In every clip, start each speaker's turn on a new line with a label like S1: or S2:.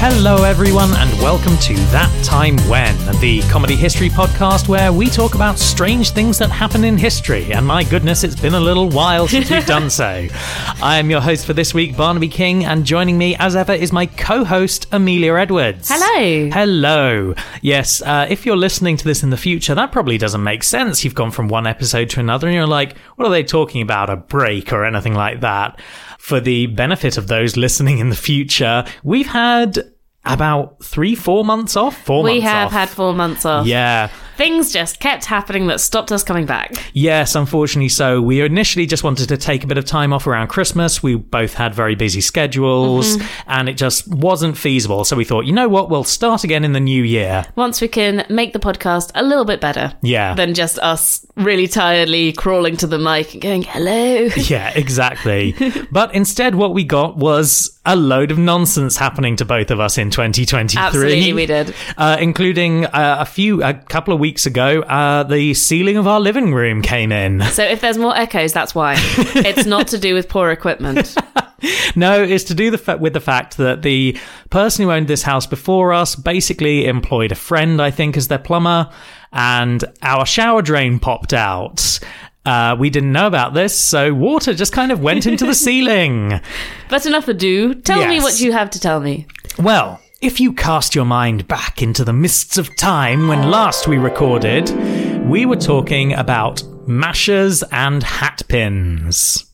S1: Hello, everyone, and welcome to That Time When, the comedy history podcast where we talk about strange things that happen in history. And my goodness, it's been a little while since we've done so. I am your host for this week, Barnaby King, and joining me, as ever, is my co host, Amelia Edwards.
S2: Hello.
S1: Hello. Yes, uh, if you're listening to this in the future, that probably doesn't make sense. You've gone from one episode to another and you're like, what are they talking about? A break or anything like that. For the benefit of those listening in the future, we've had about three, four months off. Four
S2: We
S1: months
S2: have
S1: off.
S2: had four months off.
S1: Yeah.
S2: Things just kept happening that stopped us coming back.
S1: Yes, unfortunately so. We initially just wanted to take a bit of time off around Christmas. We both had very busy schedules
S2: Mm-hmm.
S1: and it just wasn't feasible. So we thought, you know what? We'll start again in the new year.
S2: Once we can make the podcast a little bit better.
S1: Yeah.
S2: Than just us really tiredly crawling to the mic and going, hello.
S1: Yeah, exactly. but instead, what we got was a load of nonsense happening to both of us in 2023.
S2: Absolutely, we did.
S1: Uh, including uh, a few, a couple of weeks ago, uh, the ceiling of our living room came in.
S2: So if there's more echoes, that's why. it's not to do with poor equipment.
S1: no, it's to do the fa- with the fact that the person who owned this house before us basically employed a friend, I think, as their plumber, and our shower drain popped out. Uh, we didn't know about this, so water just kind of went into the ceiling.
S2: But enough ado. Tell me
S1: Yes.
S2: what you have to tell me.
S1: Well, if you cast your mind back into the mists of time when last we recorded, we were talking about mashers and hat pins.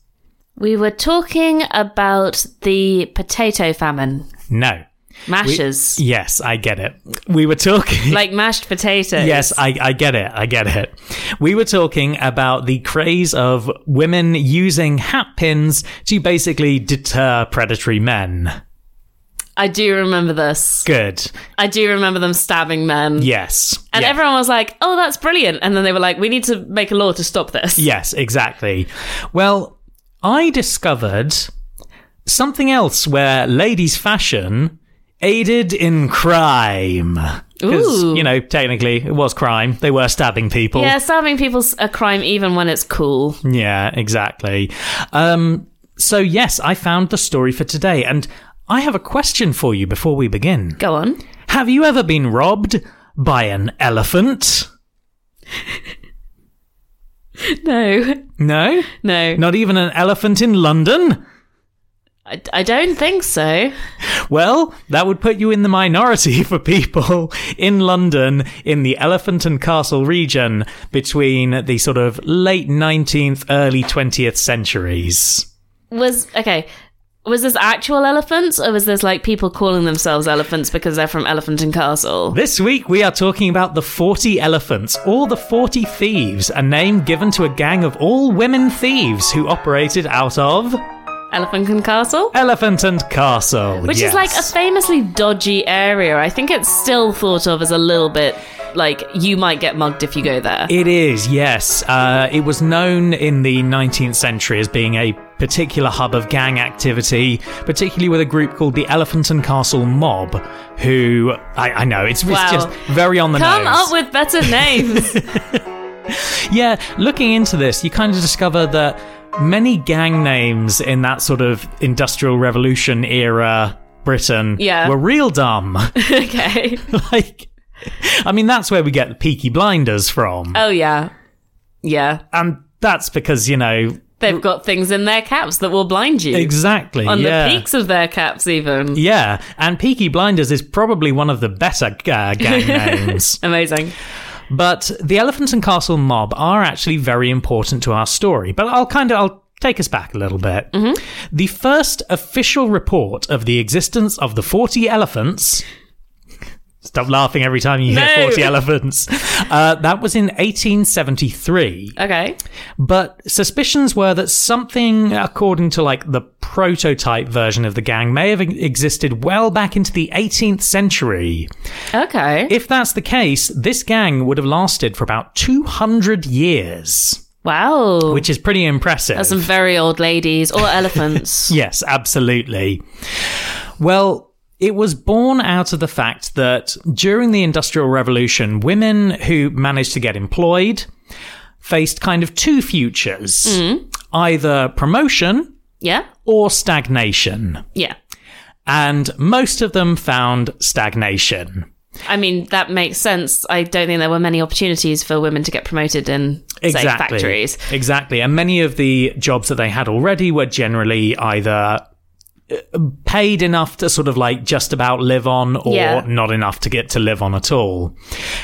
S2: We were talking about the potato famine.
S1: No.
S2: Mashers.
S1: Yes, I get it. We were talking.
S2: like mashed potatoes.
S1: Yes, I, I get it. I get it. We were talking about the craze of women using hat pins to basically deter predatory men.
S2: I do remember this.
S1: Good.
S2: I do remember them stabbing men.
S1: Yes.
S2: And
S1: Yeah.
S2: everyone was like, oh, that's brilliant. And then they were like, we need to make a law to stop this.
S1: Yes, exactly. Well, I discovered something else where ladies' fashion aided in crime. Because,
S2: Ooh.
S1: you know, technically it was crime. They were stabbing people.
S2: Yeah, stabbing people's a crime even when it's cool.
S1: Yeah, exactly. Um, so, yes, I found the story for today. And I have a question for you before we begin.
S2: Go on.
S1: Have you ever been robbed by an elephant?
S2: No.
S1: No?
S2: No.
S1: Not even an elephant in London?
S2: I, I don't think so.
S1: Well, that would put you in the minority for people in London in the Elephant and Castle region between the sort of late 19th, early 20th centuries.
S2: Was, okay. Was this actual elephants or was this like people calling themselves elephants because they're from Elephant and Castle?
S1: This week we are talking about the 40 Elephants or the 40 Thieves, a name given to a gang of all women thieves who operated out of
S2: Elephant and Castle?
S1: Elephant and Castle.
S2: Which
S1: yes.
S2: is like a famously dodgy area. I think it's still thought of as a little bit like you might get mugged if you go there.
S1: It is, yes. Uh, it was known in the 19th century as being a particular hub of gang activity, particularly with a group called the Elephant and Castle Mob, who I, I know it's,
S2: Wow.
S1: it's just very on the
S2: Come
S1: nose.
S2: up with better names.
S1: yeah, looking into this, you kind of discover that many gang names in that sort of industrial revolution era Britain
S2: Yeah.
S1: were real dumb.
S2: okay.
S1: like, I mean, that's where we get the Peaky Blinders from,
S2: Oh yeah, yeah.
S1: and that's because you know.
S2: They've got things in their caps that will blind you
S1: Exactly.
S2: on
S1: yeah.
S2: the peaks of their caps, even.
S1: Yeah, and Peaky Blinders is probably one of the better uh, gang names.
S2: Amazing.
S1: But the Elephant and Castle mob are actually very important to our story. But I'll kind of I'll take us back a little bit. The first official report of the existence of the forty elephants. Stop laughing every time you hear
S2: No.
S1: 40 elephants. Uh, that was in 1873.
S2: Okay.
S1: But suspicions were that something, according to like the prototype version of the gang, may have e-, existed well back into the 18th century.
S2: Okay.
S1: If that's the case, this gang would have lasted for about 200 years,
S2: wow.
S1: which is pretty impressive.
S2: Some very old ladies or elephants.
S1: Yes, absolutely. Well, it was born out of the fact that during the Industrial Revolution, women who managed to get employed faced kind of two futures either promotion
S2: yeah.
S1: or stagnation.
S2: Yeah.
S1: and most of them found stagnation.
S2: I mean, that makes sense. I don't think there were many opportunities for women to get promoted in, say, factories.
S1: Exactly. And many of the jobs that they had already were generally either uh, paid enough to sort of like just about live on or
S2: Yeah.
S1: not enough to get to live on at all.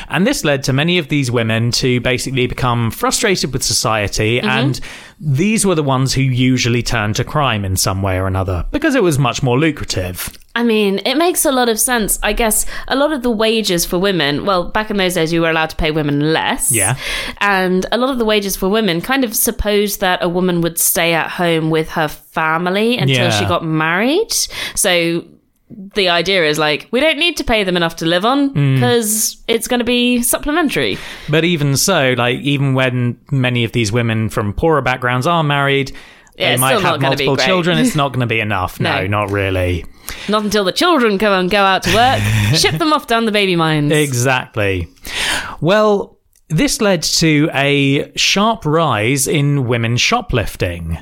S1: And this led to many of these women to basically become frustrated with society.
S2: Mm-hmm.
S1: And these were the ones who usually turned to crime in some way or another because it was much more lucrative.
S2: I mean, it makes a lot of sense. I guess a lot of the wages for women, well, back in those days, we were allowed to pay women less.
S1: Yeah.
S2: And a lot of the wages for women kind of supposed that a woman would stay at home with her family until
S1: Yeah.
S2: she got married. So the idea is like, we don't need to pay them enough to live on
S1: Mm.
S2: because it's going to be supplementary.
S1: But even so, like even when many of these women from poorer backgrounds are married,
S2: Yeah,
S1: they
S2: it's
S1: might
S2: still
S1: have
S2: not gonna be
S1: multiple
S2: great.
S1: children. It's not going to be enough. no.
S2: No.
S1: not really.
S2: Not until the children come and go out to work, ship them off down the baby mines.
S1: Exactly. Well, this led to a sharp rise in women shoplifting.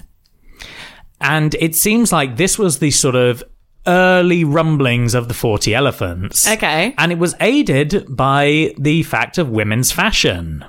S1: And it seems like this was the sort of early rumblings of the 40 elephants.
S2: Okay.
S1: And it was aided by the fact of women's fashion.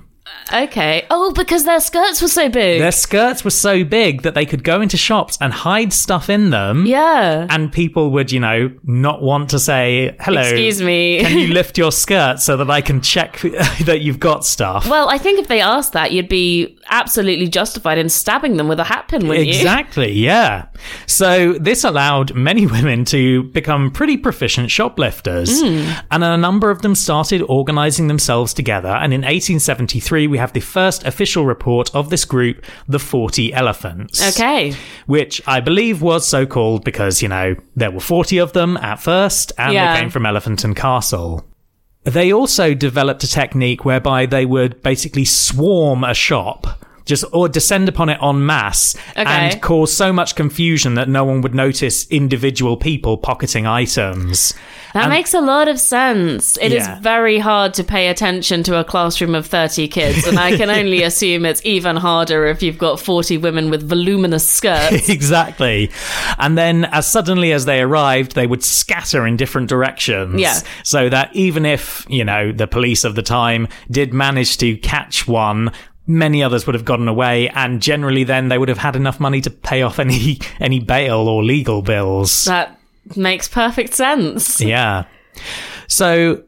S2: Okay. Oh, because their skirts were so big.
S1: Their skirts were so big that they could go into shops and hide stuff in them.
S2: yeah.
S1: And people would, you know, not want to say, hello,
S2: Excuse me.
S1: Oh, can you lift your skirt so that I can check that you've got stuff?
S2: Well, I think if they asked that, you'd be absolutely justified in stabbing them with a hatpin, wouldn't you?
S1: Exactly, yeah. So this allowed many women to become pretty proficient shoplifters.
S2: Hmm.
S1: And a number of them started organizing themselves together. And in 1873, we have the first official report of this group, the 40 Elephants.
S2: Okay.
S1: Which I believe was so called because, you know, there were 40 of them at first, and
S2: Yeah.
S1: they came from Elephant and Castle. They also developed a technique whereby they would basically swarm a shop, just or descend upon it en masse, and cause so much confusion that no one would notice individual people pocketing items.
S2: That makes a lot of sense. It is
S1: Um, Yeah.
S2: very hard to pay attention to a classroom of 30 kids, and I can only assume it's even harder if you've got 40 women with voluminous skirts.
S1: exactly. And then, as suddenly as they arrived, they would scatter in different directions.
S2: Yeah.
S1: So that even if, you know, the police of the time did manage to catch one, many others would have gotten away and generally then they would have had enough money to pay off any any bail or legal bills.
S2: that makes perfect sense.
S1: Yeah. So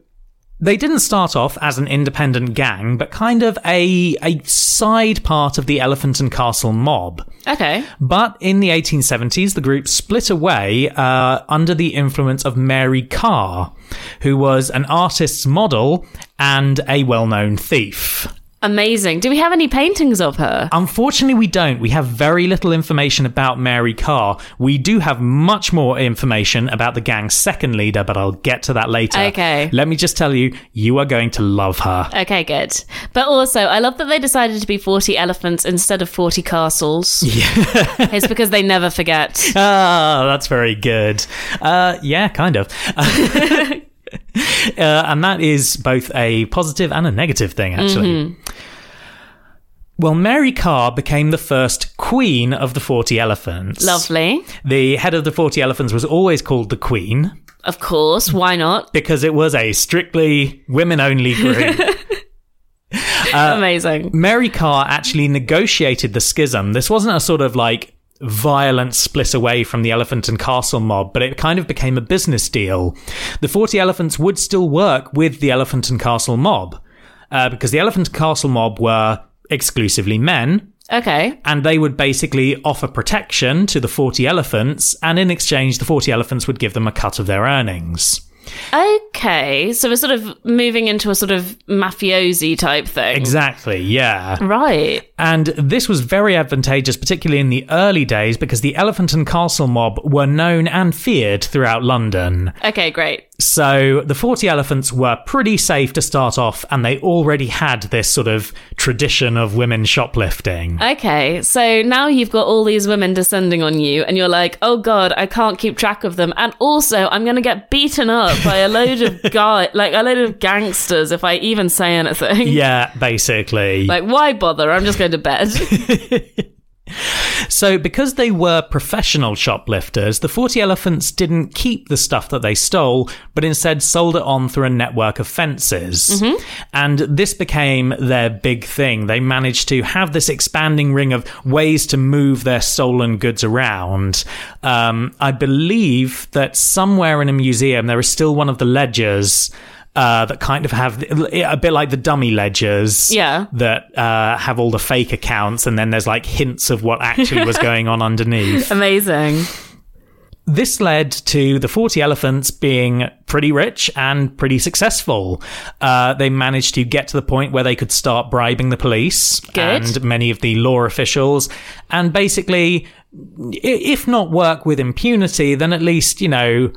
S1: they didn't start off as an independent gang, but kind of a a side part of the Elephant and Castle mob.
S2: Okay.
S1: But in the 1870s, the group split away uh, under the influence of Mary Carr, who was an artist's model and a well known thief.
S2: Amazing. Do we have any paintings of her?
S1: Unfortunately, we don't. We have very little information about Mary Carr. We do have much more information about the gang's second leader, but I'll get to that later.
S2: Okay.
S1: Let me just tell you, you are going to love her.
S2: Okay, good. But also, I love that they decided to be 40 elephants instead of 40 castles. Yeah. it's because they never forget.
S1: Ah, that's very good. Uh, yeah, kind of. Uh, and that is both a positive and a negative thing, actually. Well, Mary Carr became the first queen of the 40 elephants.
S2: Lovely.
S1: The head of the 40 elephants was always called the queen
S2: Of course, why not?
S1: because it was a strictly women only group.
S2: Amazing.
S1: Mary Carr actually negotiated the schism. This wasn't a sort of like violent split away from the Elephant and Castle mob, but it kind of became a business deal. The 40 Elephants would still work with the Elephant and Castle mob uh, because the Elephant and Castle mob were exclusively men.
S2: Okay.
S1: And they would basically offer protection to the 40 elephants, and in exchange, the 40 elephants would give them a cut of their earnings.
S2: Okay. So we're sort of moving into a sort of mafiosi type thing.
S1: Exactly, yeah.
S2: Right.
S1: And this was very advantageous, particularly in the early days, because the Elephant and Castle mob were known and feared throughout London.
S2: Okay, great.
S1: So the 40 Elephants were pretty safe to start off, and they already had this sort of tradition of women shoplifting.
S2: Okay. So now you've got all these women descending on you, and you're like, oh God, I can't keep track of them. And also, I'm going to get beaten up by a load of guy, like a load of gangsters if I even say anything.
S1: yeah, basically.
S2: Like, why bother? I'm just going to bed.
S1: So, because they were professional shoplifters, the 40 Elephants didn't keep the stuff that they stole, but instead sold it on through a network of fences. And this became their big thing. They managed to have this expanding ring of ways to move their stolen goods around. Um, I believe that somewhere in a museum, there is still one of the ledgers. Uh, that kind of have a bit like the dummy ledgers
S2: Yeah.
S1: that uh, have all the fake accounts, and then there's like hints of what actually was going on underneath.
S2: Amazing.
S1: This led to the 40 elephants being pretty rich and pretty successful. Uh, they managed to get to the point where they could start bribing the police
S2: Good.
S1: and many of the law officials, and basically, i- if not work with impunity, then at least, you know,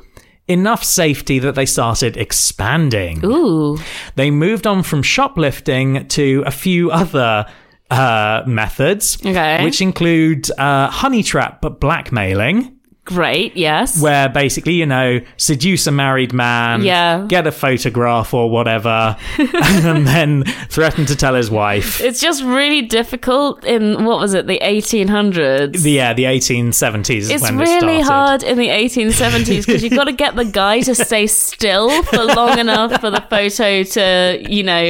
S1: enough safety that they started expanding
S2: Ooh.
S1: they moved on from shoplifting to a few other uh, methods,
S2: Okay.
S1: which include uh, honey trap but blackmailing,
S2: Great. Yes.
S1: where basically you know seduce a married man,
S2: Yeah.
S1: get a photograph or whatever, and then threaten to tell his wife.
S2: it's just really difficult in what was it, the 1800s?
S1: The, yeah, the 1870s is
S2: it's
S1: when this
S2: really
S1: started.
S2: hard in the 1870s because you've got to get the guy to stay still for long enough for the photo to, you know,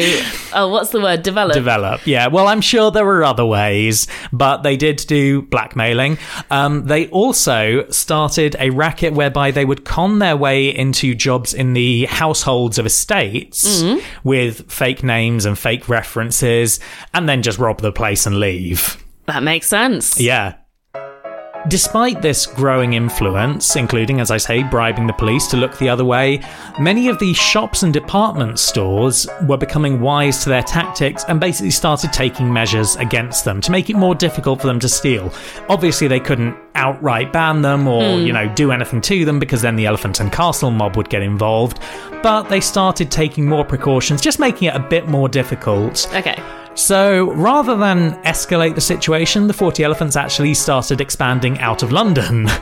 S2: oh, what's the word? Develop.
S1: develop. Yeah, well, I'm sure there were other ways, but they did do blackmailing. Um, they also started a racket whereby they would con their way into jobs in the households of estates with fake names and fake references, and then just rob the place and leave.
S2: that makes sense.
S1: Yeah. Despite this growing influence, including, as I say, bribing the police to look the other way, many of the shops and department stores were becoming wise to their tactics and basically started taking measures against them to make it more difficult for them to steal. Obviously, they couldn't outright ban them or, you know, do anything to them because then the Elephant and Castle mob would get involved, but they started taking more precautions, just making it a bit more difficult.
S2: Okay.
S1: So rather than escalate the situation, the 40 Elephants actually started expanding out of London.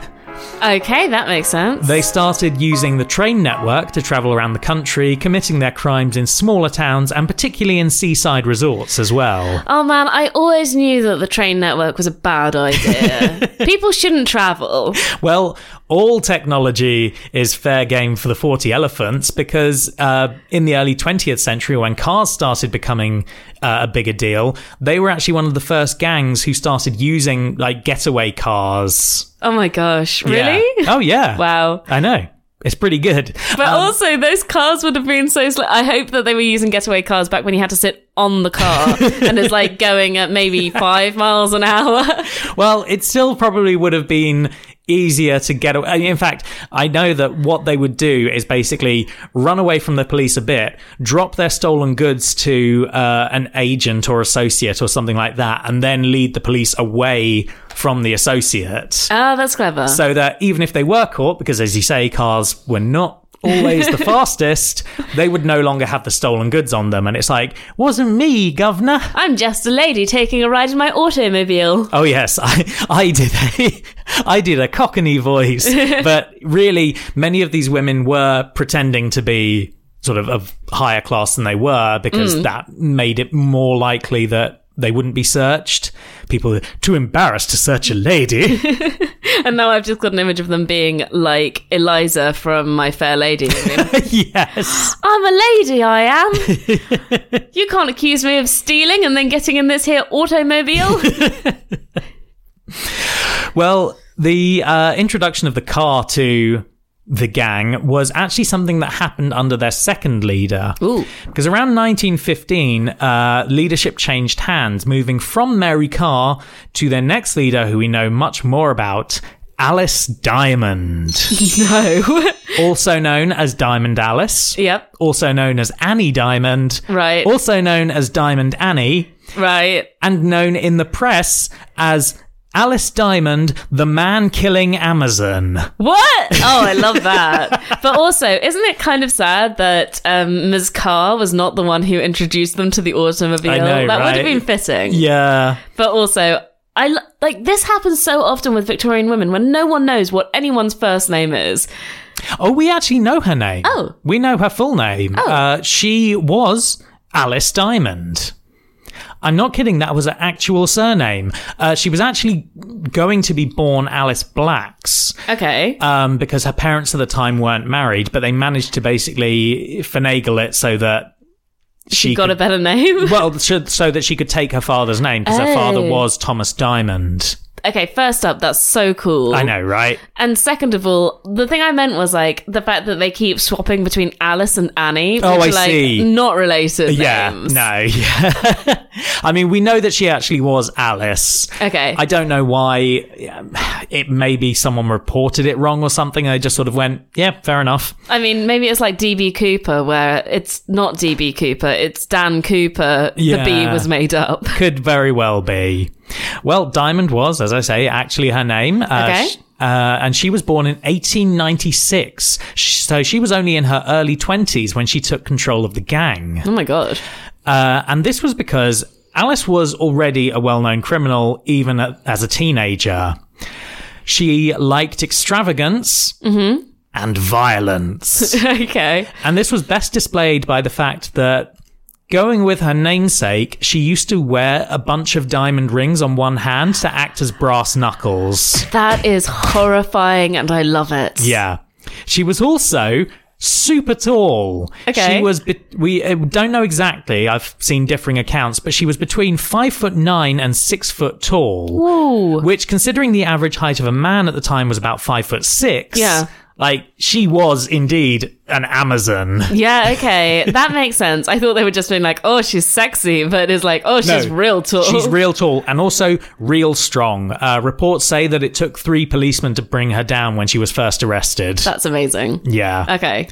S2: Okay, that makes sense.
S1: They started using the train network to travel around the country, committing their crimes in smaller towns and particularly in seaside resorts as well.
S2: Oh man, I always knew that the train network was a bad idea. People shouldn't travel.
S1: Well, all technology is fair game for the 40 Elephants because uh, in the early 20th century, when cars started becoming uh, a bigger deal, they were actually one of the first gangs who started using like getaway cars.
S2: Oh my gosh,
S1: Yeah.
S2: really?
S1: Oh, yeah.
S2: Wow.
S1: I know. It's pretty good.
S2: But
S1: Um,
S2: also, those cars would have been so slow. I hope that they were using getaway cars back when you had to sit on the car and it's like going at maybe five miles an hour.
S1: well, it still probably would have been easier to get away. In fact, I know that what they would do is basically run away from the police a bit, drop their stolen goods to uh, an agent or associate or something like that, and then lead the police away from the associate.
S2: Ah, that's clever.
S1: so that even if they were caught, because as you say, cars were not always the fastest, they would no longer have the stolen goods on them. And it's like, wasn't me, governor.
S2: I'm just a lady taking a ride in my automobile.
S1: Oh yes, I I did a, I did a cockney voice, but really many of these women were pretending to be sort of of higher class than they were because that made it more likely that they wouldn't be searched. People were too embarrassed to search a lady.
S2: And now I've just got an image of them being like Eliza from My Fair Lady.
S1: yes.
S2: I'm a lady, I am. you can't accuse me of stealing and then getting in this here automobile.
S1: Well, the uh, introduction of the car to the gang was actually something that happened under their second leader.
S2: Ooh.
S1: Because around 1915, uh, leadership changed hands, moving from Mary Carr to their next leader, who we know much more about, Alice Diamond,
S2: no.
S1: also known as Diamond Alice,
S2: yep.
S1: also known as Annie Diamond,
S2: Right.
S1: also known as Diamond Annie,
S2: Right.
S1: and known in the press as Alice Diamond, the man killing Amazon.
S2: What? Oh, I love that. but also, isn't it kind of sad that um, Ms. Carr was not the one who introduced them to the automobile?
S1: I know,
S2: that would
S1: right?
S2: have been fitting.
S1: Yeah.
S2: But also, I lo- like this happens so often with Victorian women when no one knows what anyone's first name is.
S1: Oh, we actually know her name.
S2: Oh.
S1: We know her full name. Uh, she was Alice Diamond. I'm not kidding, that was her actual surname. Uh, she was actually going to be born Alice Blacks
S2: Okay.
S1: um, because her parents at the time weren't married, but they managed to basically finagle it so that she,
S2: Got a
S1: could,
S2: better name.
S1: well, so, so that she could take her father's name because her father
S2: Oh.
S1: was Thomas Diamond.
S2: okay, first up, that's so cool.
S1: I know, right?
S2: And second of all, the thing I meant was like the fact that they keep swapping between Alice and Annie.
S1: Oh,
S2: which
S1: I
S2: are, like,
S1: see.
S2: Not related.
S1: Yeah,
S2: names.
S1: no. yeah. I mean, we know that she actually was Alice.
S2: Okay.
S1: I don't know why. um, It maybe someone reported it wrong or something. And they just sort of went, yeah, fair enough.
S2: I mean, maybe it's like DB Cooper, where it's not DB Cooper, it's Dan Cooper. The B
S1: Yeah.
S2: was made up.
S1: Could very well be. Well, Diamond was, as I say, actually her name. Uh,
S2: Okay.
S1: sh- uh, and she was born in 1896. Sh- So she was only in her early 20s when she took control of the gang.
S2: Oh my god.
S1: Uh, and this was because Alice was already a well known criminal, even a- as a teenager. She liked extravagance and violence.
S2: okay.
S1: and this was best displayed by the fact that. Going with her namesake, she used to wear a bunch of diamond rings on one hand to act as brass knuckles.
S2: That is horrifying and I love it.
S1: Yeah. She was also super tall.
S2: Okay.
S1: She was, be- we uh, don't know exactly. I've seen differing accounts, but she was between five foot nine and six foot tall,
S2: Ooh.
S1: which considering the average height of a man at the time was about five foot six.
S2: Yeah.
S1: Like she was indeed an Amazon.
S2: Yeah, okay. That makes sense. I thought they were just being like, oh, she's sexy, but it's like, oh, she's
S1: No,
S2: real tall.
S1: She's real tall and also real strong. Uh, reports say that it took three policemen to bring her down when she was first arrested.
S2: That's amazing.
S1: yeah.
S2: Okay.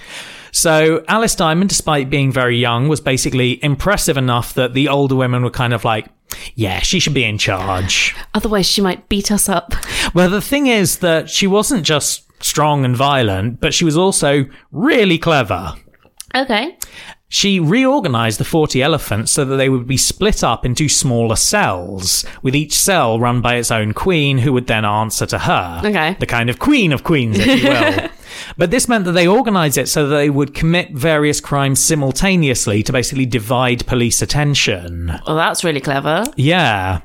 S1: So Alice Diamond, despite being very young, was basically impressive enough that the older women were kind of like, yeah, she should be in charge.
S2: Otherwise, she might beat us up.
S1: Well, the thing is that she wasn't just strong and violent, but she was also really clever.
S2: Okay.
S1: She reorganized the 40 elephants so that they would be split up into smaller cells, with each cell run by its own queen who would then answer to her.
S2: Okay.
S1: The kind of queen of queens, if you will. but this meant that they organized it so that they would commit various crimes simultaneously to basically divide police attention.
S2: Well, that's really clever.
S1: Yeah.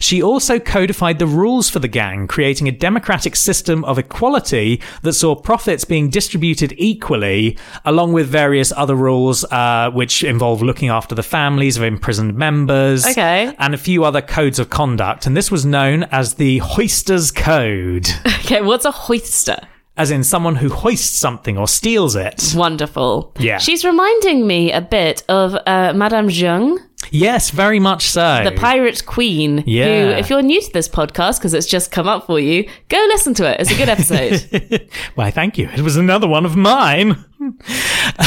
S1: She also codified the rules for the gang, creating a democratic system of equality that saw profits being distributed equally, along with various other rules, uh, which involve looking after the families of imprisoned members.
S2: Okay.
S1: And a few other codes of conduct. And this was known as the Hoister's Code,
S2: Okay, what's a hoister?
S1: as in someone who hoists something or steals it.
S2: Wonderful.
S1: Yeah.
S2: She's reminding me a bit of uh, Madame Zheng,
S1: Yes, very much so.
S2: the pirate queen. Who,
S1: Yeah.
S2: if you're new to this podcast, because it's just come up for you, go listen to it. It's a good episode.
S1: Why, thank you. It was another one of mine.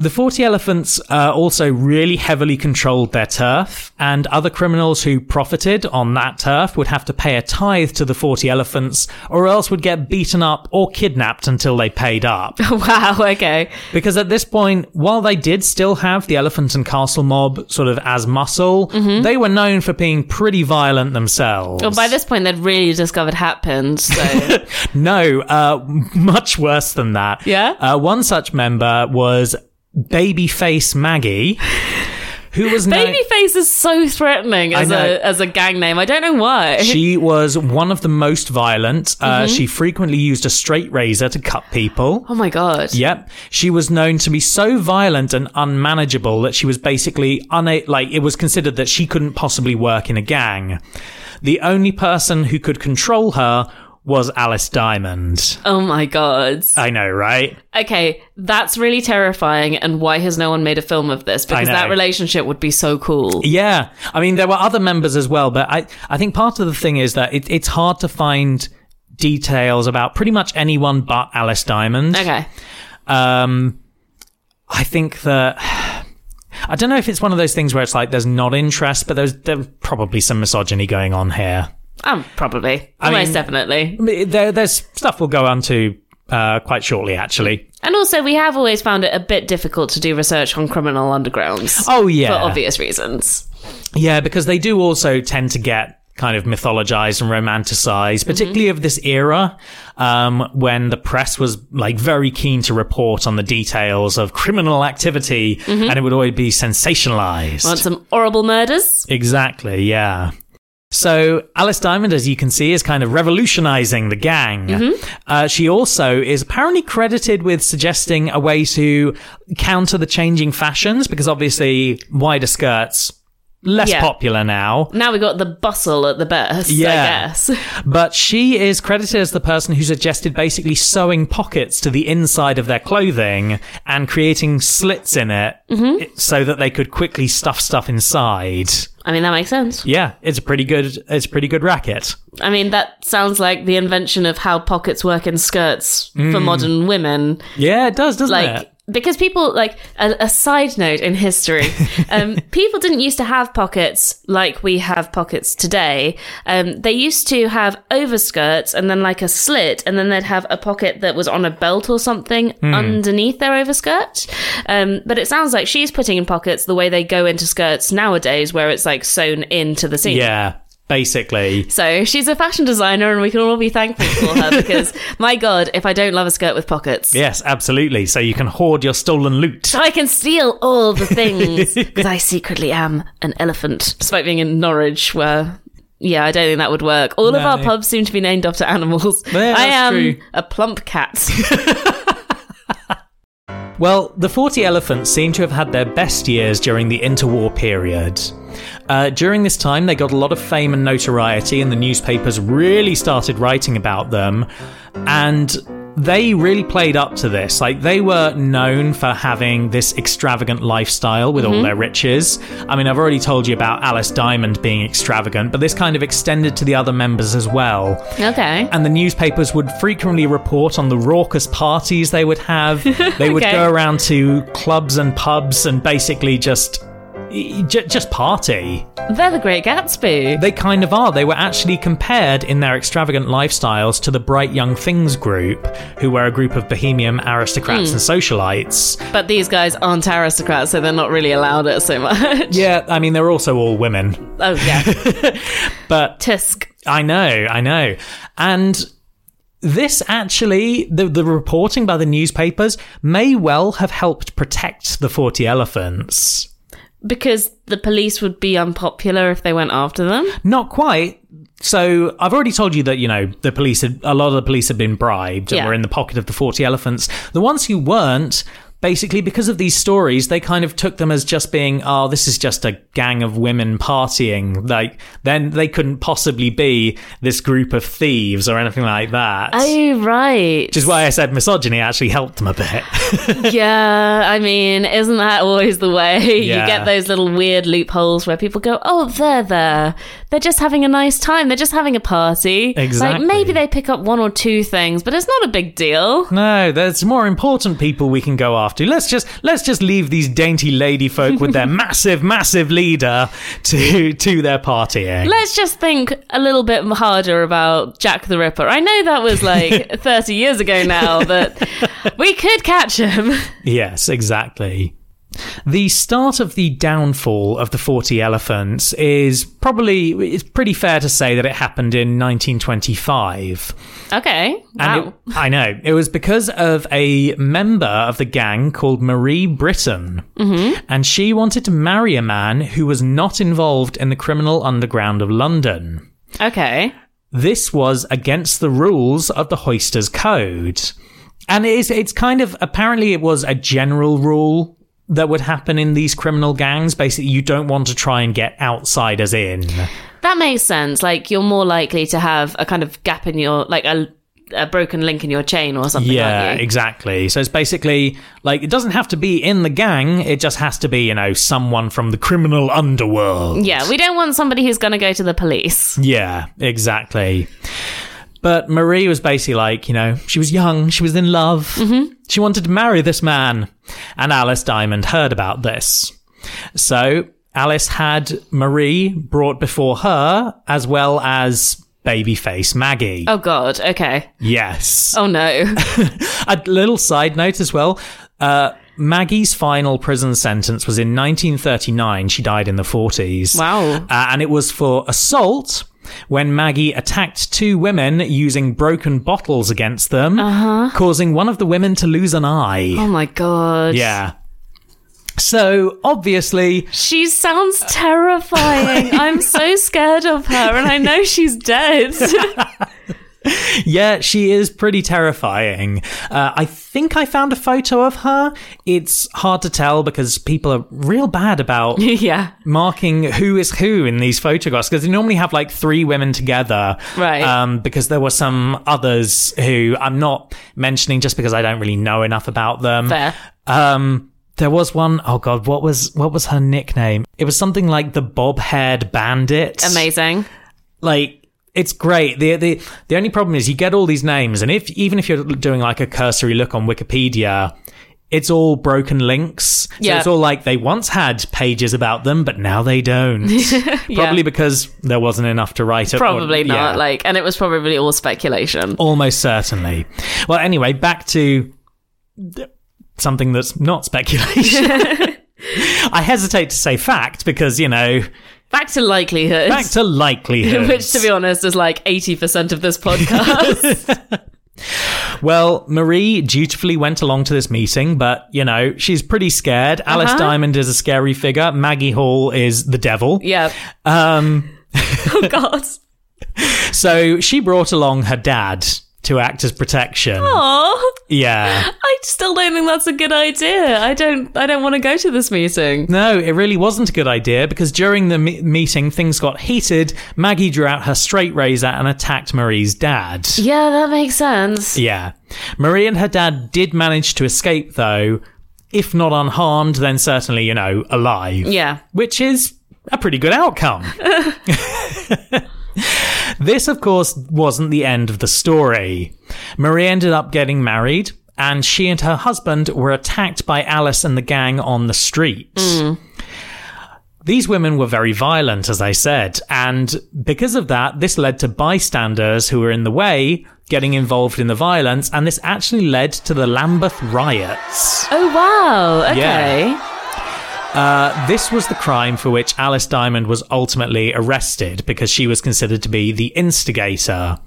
S1: the 40 Elephants uh, also really heavily controlled their turf, and other criminals who profited on that turf would have to pay a tithe to the 40 Elephants, or else would get beaten up or kidnapped until they paid up.
S2: wow. Okay.
S1: because at this point, while they did still have the Elephant and Castle mob sort of as muscle, they were known for being pretty violent themselves.
S2: Well, Oh, by this point, they'd really discovered Hatpin. So,
S1: No, uh, much worse than that.
S2: Yeah?
S1: Uh, one such member was Babyface Maggie, who was known.
S2: Babyface is so threatening as
S1: know.
S2: a as a gang name. I don't know why.
S1: She was one of the most violent. Uh,
S2: Mm-hmm.
S1: She frequently used a straight razor to cut people.
S2: oh my god.
S1: Yep. She was known to be so violent and unmanageable that she was basically una- like it was considered that she couldn't possibly work in a gang. The only person who could control her was Alice Diamond.
S2: Oh my god.
S1: I know, right?
S2: Okay, that's really terrifying. And why has no one made a film of this? Because
S1: know.
S2: that relationship would be so cool.
S1: Yeah, I mean there were other members as well, but I I think part of the thing is that it, it's hard to find details about pretty much anyone but Alice Diamond.
S2: Okay.
S1: Um, I think that. I don't know if it's one of those things where it's like there's not interest, but there's there's probably some misogyny going on here.
S2: Um, probably. Most
S1: mean-
S2: definitely.
S1: I mean, There, there's stuff we'll go on to uh, quite shortly, actually.
S2: And also, we have always found it a bit difficult to do research on criminal undergrounds.
S1: Oh
S2: For
S1: yeah,
S2: obvious reasons.
S1: yeah, because they do also tend to get kind of mythologized and romanticized, particularly of this era um, when the press was like very keen to report on the details of criminal activity and it would always be sensationalized.
S2: Want some horrible murders?
S1: Exactly, yeah. So Alice Diamond, as you can see, is kind of revolutionizing the gang. Uh, she also is apparently credited with suggesting a way to counter the changing fashions because obviously wider skirts less
S2: Yeah.
S1: popular now.
S2: Now we got the bustle at the best,
S1: Yeah.
S2: I guess.
S1: But she is credited as the person who suggested basically sewing pockets to the inside of their clothing and creating slits in it so that they could quickly stuff stuff inside.
S2: I mean, that makes sense.
S1: Yeah, it's a pretty good it's a pretty good racket.
S2: I mean, that sounds like the invention of how pockets work in skirts
S1: Mm.
S2: for modern women.
S1: Yeah, it does, doesn't
S2: Like,
S1: it?
S2: because people, like, a, a side note in history, um, people didn't used to have pockets like we have pockets today. Um, they used to have overskirts and then, like, a slit, and then they'd have a pocket that was on a belt or something
S1: Hmm.
S2: underneath their overskirt. Um, but it sounds like she's putting in pockets the way they go into skirts nowadays, where it's, like, sewn into the seam.
S1: Yeah, basically.
S2: So she's a fashion designer, and we can all be thankful for her because, my God, if I don't love a skirt with pockets,
S1: Yes, absolutely. So you can hoard your stolen loot.
S2: I can steal all the things because I secretly am an elephant, despite being in Norwich, where. Yeah, I don't think that would work. All of
S1: No.
S2: our pubs seem to be named after animals.
S1: Yeah,
S2: I
S1: that's
S2: am
S1: true.
S2: a plump cat.
S1: Well, the 40 Elephants seem to have had their best years during the interwar period. Uh, during this time, they got a lot of fame and notoriety, and the newspapers really started writing about them. And they really played up to this. Like, they were known for having this extravagant lifestyle with all their riches. I mean, I've already told you about Alice Diamond being extravagant, but this kind of extended to the other members as well
S2: okay.
S1: and the newspapers would frequently report on the raucous parties they would have. They would
S2: Okay.
S1: go around to clubs and pubs and basically just. j- Just party.
S2: They're the great Gatsby.
S1: They kind of are. They were actually compared in their extravagant lifestyles to the Bright Young Things group, who were a group of bohemian aristocrats and socialites.
S2: But these guys aren't aristocrats, so they're not really allowed it so much.
S1: Yeah, I mean, they're also all women.
S2: Oh, yeah.
S1: But
S2: Tisk.
S1: I know, I know. And this actually, the, the reporting by the newspapers may well have helped protect the 40 elephants.
S2: Because the police would be unpopular if they went after them.
S1: Not quite. So I've already told you that, you know, the police had, a lot of the police had been bribed and
S2: Yeah.
S1: were in the pocket of the 40 elephants. The ones who weren't, basically because of these stories, they kind of took them as just being, oh, this is just a gang of women partying. Like, then they couldn't possibly be this group of thieves or anything like that.
S2: Oh, right.
S1: Which is why I said misogyny actually helped them a bit.
S2: yeah, I mean, isn't that always the way?
S1: Yeah.
S2: You get those little weird loopholes where people go, oh, they're there. They're just having a nice time. They're just having a party.
S1: Exactly.
S2: Like, maybe they pick up one or two things, but it's not a big deal.
S1: no, there's more important people we can go after. Let's just let's just leave these dainty lady folk with their massive, massive leader to to their eh? partying.
S2: Let's just think a little bit harder about Jack the Ripper. I know that was like 30 years ago now, but we could catch him.
S1: Yes, exactly. The start of the downfall of the 40 elephants is probably it's pretty fair to say that it happened in 1925.
S2: Okay.
S1: And
S2: Wow.
S1: it- I know. It was because of a member of the gang called Marie Britton. Mm-hmm. And she wanted to marry a man who was not involved in the criminal underground of London.
S2: okay.
S1: This was against the rules of the Hoisters Code. And it is, it's kind of, apparently, it was a general rule that would happen in these criminal gangs. Basically, you don't want to try and get outsiders in.
S2: That makes sense. Like you're more likely to have a kind of gap in your like a a broken link in your chain or something.
S1: Yeah,
S2: aren't you?
S1: exactly. So it's basically like it doesn't have to be in the gang. It just has to be, you know, someone from the criminal underworld.
S2: yeah. We don't want somebody who's going to go to the police.
S1: Yeah, exactly. But Marie was basically like, you know, she was young, she was in love,
S2: Mm-hmm.
S1: she wanted to marry this man. And Alice Diamond heard about this. So Alice had Marie brought before her, as well as babyface Maggie.
S2: Oh God. Okay.
S1: Yes.
S2: Oh no.
S1: A little side note as well. Uh, Maggie's final prison sentence was in 1939. She died in the 40s.
S2: Wow.
S1: Uh, and it was for assault when Maggie attacked two women using broken bottles against them, causing one of the women to lose an eye.
S2: Uh-huh. Oh my god.
S1: Yeah. So obviously,
S2: She sounds terrifying. I'm so scared of her and I know she's dead.
S1: yeah, she is pretty terrifying. Uh, I think I found a photo of her. It's hard to tell because people are real bad about
S2: yeah.
S1: marking who is who in these photographs because they normally have like three women together
S2: Right.
S1: um because there were some others who i'm not mentioning just because i don't really know enough about them
S2: Fair.
S1: um there was one oh god what was what was her nickname it was something like the bob-haired bandit
S2: Amazing.
S1: like it's great. The, the the only problem is you get all these names, and if even if you're doing like a cursory look on Wikipedia, it's all broken links. So
S2: Yeah.
S1: it's all like they once had pages about them, but now they don't. Probably because there wasn't enough to write. up.
S2: Probably
S1: Or-
S2: not.
S1: yeah. Oh.
S2: Like and it was probably all speculation.
S1: almost certainly. Well, anyway, back to th- something that's not speculation. I hesitate to say fact because you know
S2: Back to likelihood.
S1: back to likelihood.
S2: which to be honest is like 80% of this podcast.
S1: Well, Marie dutifully went along to this meeting, but you know, she's pretty scared. Alice
S2: Uh-huh.
S1: Diamond is a scary figure. Maggie Hall is the devil.
S2: yeah.
S1: Um,
S2: Oh god.
S1: so she brought along her dad to act as protection.
S2: Oh. Aw.
S1: Yeah.
S2: I still don't think that's a good idea. I don't I don't want to go to this meeting.
S1: No, it really wasn't a good idea because during the me- meeting, things got heated. Maggie drew out her straight razor and attacked Marie's dad.
S2: Yeah, that makes sense.
S1: Yeah. Marie and her dad did manage to escape, though, if not unharmed, then certainly, you know, alive.
S2: Yeah.
S1: which is a pretty good outcome. this, of course, wasn't the end of the story. Marie ended up getting married, and she and her husband were attacked by Alice and the gang on the street. These women were very violent, as I said, and because of that, this led to bystanders who were in the way getting involved in the violence, and this actually led to the Lambeth riots.
S2: Oh wow. Okay.
S1: Yeah. This was the crime for which Alice Diamond was ultimately arrested because she was considered to be the instigator.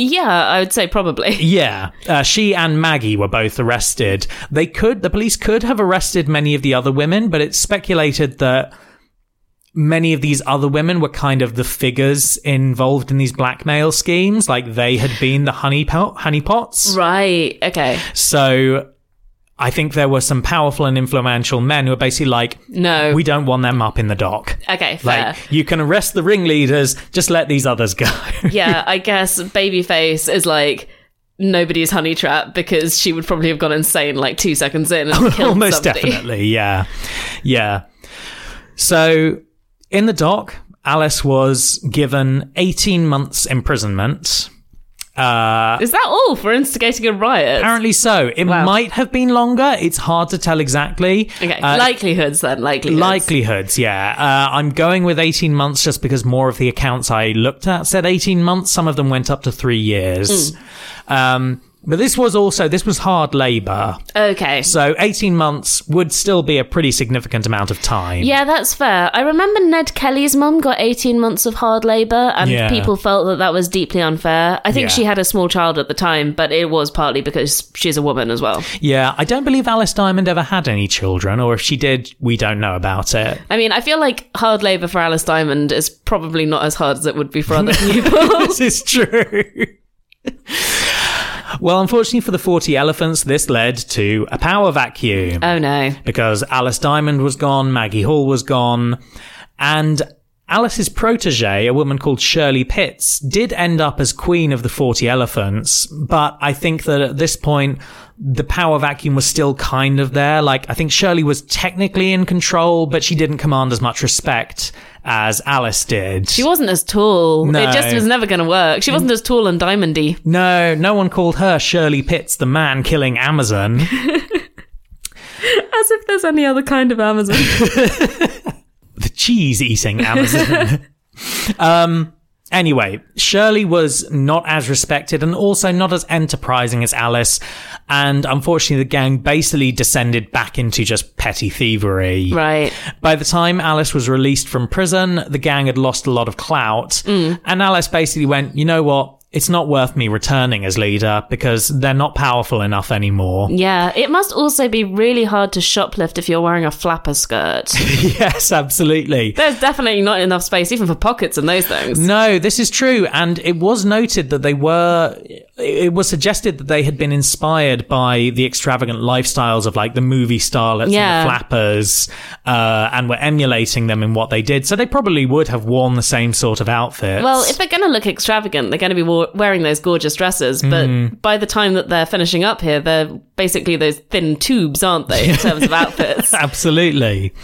S2: Yeah, I would say probably.
S1: Yeah, uh, she and Maggie were both arrested. They could, the police could have arrested many of the other women, but it's speculated that many of these other women were kind of the figures involved in these blackmail schemes, like they had been the honey pot, honeypots.
S2: Right. Okay.
S1: So. I think there were some powerful and influential men who were basically like,
S2: No.
S1: we don't want them up in the dock.
S2: okay. Fair.
S1: Like you can arrest the ringleaders, just let these others go.
S2: yeah. I guess babyface is like nobody's honey trap because she would probably have gone insane like two seconds in and killed
S1: Almost
S2: somebody.
S1: definitely, yeah. Yeah. So in the dock, Alice was given 18 months imprisonment. Uh,
S2: Is that all for instigating a riot?
S1: apparently so. It
S2: Wow.
S1: might have been longer. It's hard to tell exactly.
S2: Okay.
S1: Uh,
S2: likelihoods then. Likelihoods.
S1: Likelihoods, yeah. Uh, I'm going with 18 months just because more of the accounts I looked at said 18 months. Some of them went up to three years.
S2: Hmm.
S1: Um, but this was also, this was hard labor.
S2: okay.
S1: So 18 months would still be a pretty significant amount of time.
S2: Yeah, that's fair. I remember Ned Kelly's mum got 18 months of hard labour, and
S1: Yeah.
S2: people felt that that was deeply unfair. I think
S1: Yeah.
S2: she had a small child at the time, but it was partly because she's a woman as well.
S1: Yeah, I don't believe Alice Diamond ever had any children, or if she did, we don't know about it.
S2: I mean, I feel like hard labour for Alice Diamond is probably not as hard as it would be for other people.
S1: this is true. well, unfortunately for the 40 elephants, this led to a power vacuum.
S2: oh no.
S1: because Alice Diamond was gone, Maggie Hall was gone, and Alice's protege, a woman called Shirley Pitts, did end up as queen of the 40 elephants, but I think that at this point, the power vacuum was still kind of there. Like, I think Shirley was technically in control, but she didn't command as much respect as Alice did.
S2: She wasn't as tall.
S1: No.
S2: It just was never going to work. She wasn't as tall and diamondy.
S1: no, no one called her Shirley Pitts, the man killing Amazon.
S2: As if there's any other kind of Amazon.
S1: the cheese eating Amazon. um, Anyway, Shirley was not as respected and also not as enterprising as Alice. And unfortunately, the gang basically descended back into just petty thievery.
S2: Right.
S1: By the time Alice was released from prison, the gang had lost a lot of clout. And Alice basically went, you know what? It's not worth me returning as leader because they're not powerful enough anymore.
S2: Yeah. It must also be really hard to shoplift if you're wearing a flapper skirt.
S1: yes, absolutely.
S2: There's definitely not enough space, even for pockets and those things.
S1: No, this is true. And it was noted that they were, it was suggested that they had been inspired by the extravagant lifestyles of like the movie starlets
S2: Yeah.
S1: and the flappers, uh, and were emulating them in what they did. So they probably would have worn the same sort of outfits.
S2: Well, if they're going to look extravagant, they're going to be wa- wearing those gorgeous dresses. But
S1: Mm.
S2: by the time that they're finishing up here, they're basically those thin tubes, aren't they, in terms of outfits?
S1: Absolutely.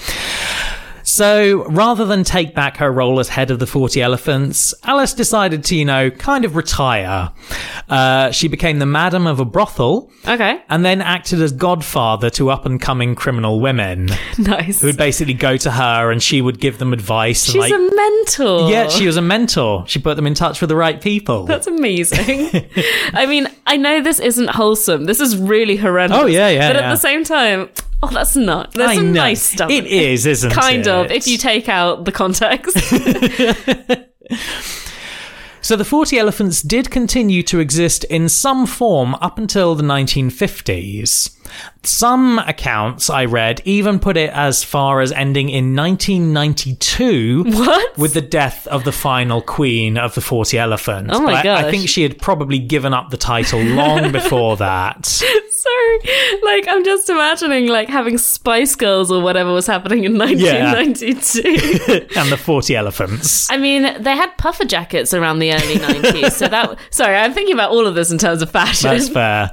S1: So rather than take back her role as head of the 40 Elephants, Alice decided to, you know, kind of retire. Uh, she became the madam of a brothel.
S2: Okay.
S1: and then acted as godfather to up and coming criminal women
S2: Nice.
S1: who would basically go to her and she would give them advice. and
S2: She's
S1: like,
S2: a mentor.
S1: yeah, she was a mentor. She put them in touch with the right people.
S2: That's amazing. I mean, I know this isn't wholesome. This is really horrendous.
S1: Oh, yeah, yeah,
S2: But at
S1: yeah.
S2: the same time, oh, that's not. There's
S1: I
S2: some
S1: know.
S2: nice stuff.
S1: It is, isn't it?
S2: Kind of, if you take out the context.
S1: so the 40 Elephants did continue to exist in some form up until the 1950s. Some accounts I read even put it as far as ending in 1992.
S2: what?
S1: with the death of the final queen of the 40 elephants.
S2: Oh my
S1: But I- I,
S2: gosh.
S1: think she had probably given up the title long before that.
S2: Sorry. Like, I'm just imagining, like, having Spice Girls or whatever was happening in 1992.
S1: and the 40 elephants.
S2: I mean, they had puffer jackets around the early 90s. So that, sorry, I'm thinking about all of this in terms of fashion.
S1: That's fair.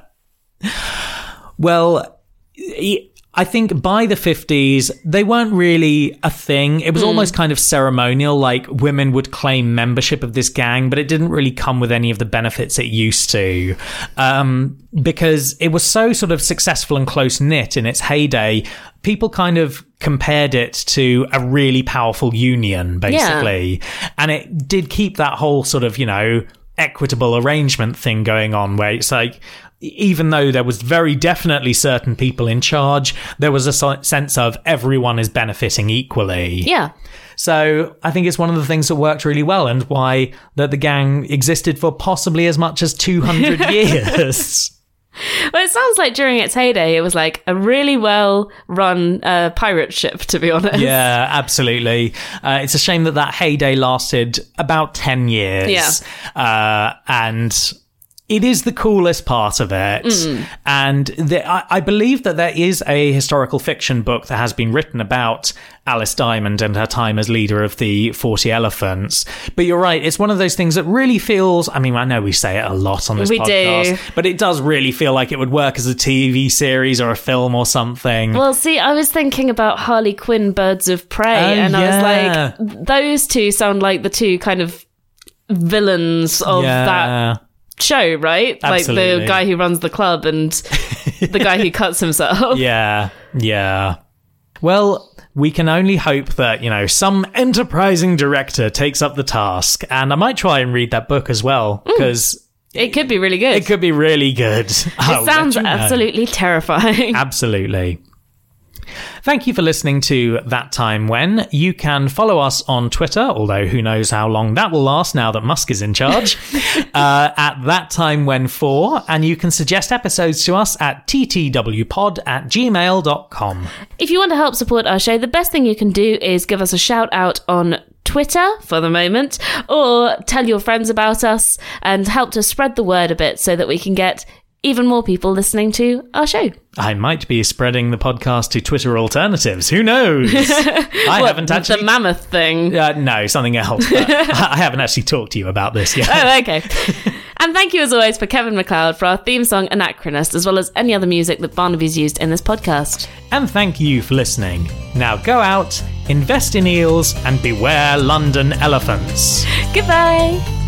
S1: Well, e- I think by the 50s, they weren't really a thing. It was almost kind of ceremonial, like women would claim membership of this gang, but it didn't really come with any of the benefits it used to. Um, because it was so sort of successful and close knit in its heyday, people kind of compared it to a really powerful union, basically. And it did keep that whole sort of, you know, equitable arrangement thing going on where it's like even though there was very definitely certain people in charge there was a so- sense of everyone is benefiting equally
S2: yeah.
S1: so i think it's one of the things that worked really well and why that the gang existed for possibly as much as 200 years
S2: Well, it sounds like during its heyday, it was like a really well run uh, pirate ship, to be honest.
S1: yeah absolutely uh, it's a shame that that heyday lasted about 10 years
S2: Yeah.
S1: uh, and it is the coolest part of it.
S2: Mm.
S1: And the, I, I believe that there is a historical fiction book that has been written about Alice Diamond and her time as leader of the 40 Elephants. But you're right, it's one of those things that really feels, I mean, I know we say it a lot on this
S2: We do.
S1: podcast, but it does really feel like it would work as a TV series or a film or something.
S2: Well, see, I was thinking about Harley Quinn Birds of Prey, and
S1: Oh, yeah.
S2: I was like, those two sound like the two kind of villains of that show, right? Like
S1: Absolutely.
S2: the guy who runs the club and the guy who cuts himself.
S1: Yeah, yeah. Well, we can only hope that, you know, some enterprising director takes up the task. And I might try and read that book as well, because
S2: It could be really good.
S1: it could be really good. It
S2: Sounds absolutely terrifying.
S1: Absolutely. Thank you for listening to That Time When. You can follow us on Twitter, although who knows how long that will last now that Musk is in charge, uh, at That Time When 4. And you can suggest episodes to us at ttwpod at gmail.com.
S2: If you want to help support our show, the best thing you can do is give us a shout out on Twitter for the moment, or tell your friends about us and help to spread the word a bit so that we can get even more people listening to our show.
S1: I might be spreading the podcast to Twitter alternatives. Who knows? I haven't
S2: The
S1: actually.
S2: mammoth thing.
S1: uh, no, something else. but I haven't actually talked to you about this yet.
S2: Oh, okay. and thank you as always for Kevin McLeod for our theme song Anachronist, as well as any other music that Barnaby's used in this podcast.
S1: And thank you for listening. Now go out, invest in eels, and beware London elephants.
S2: Goodbye.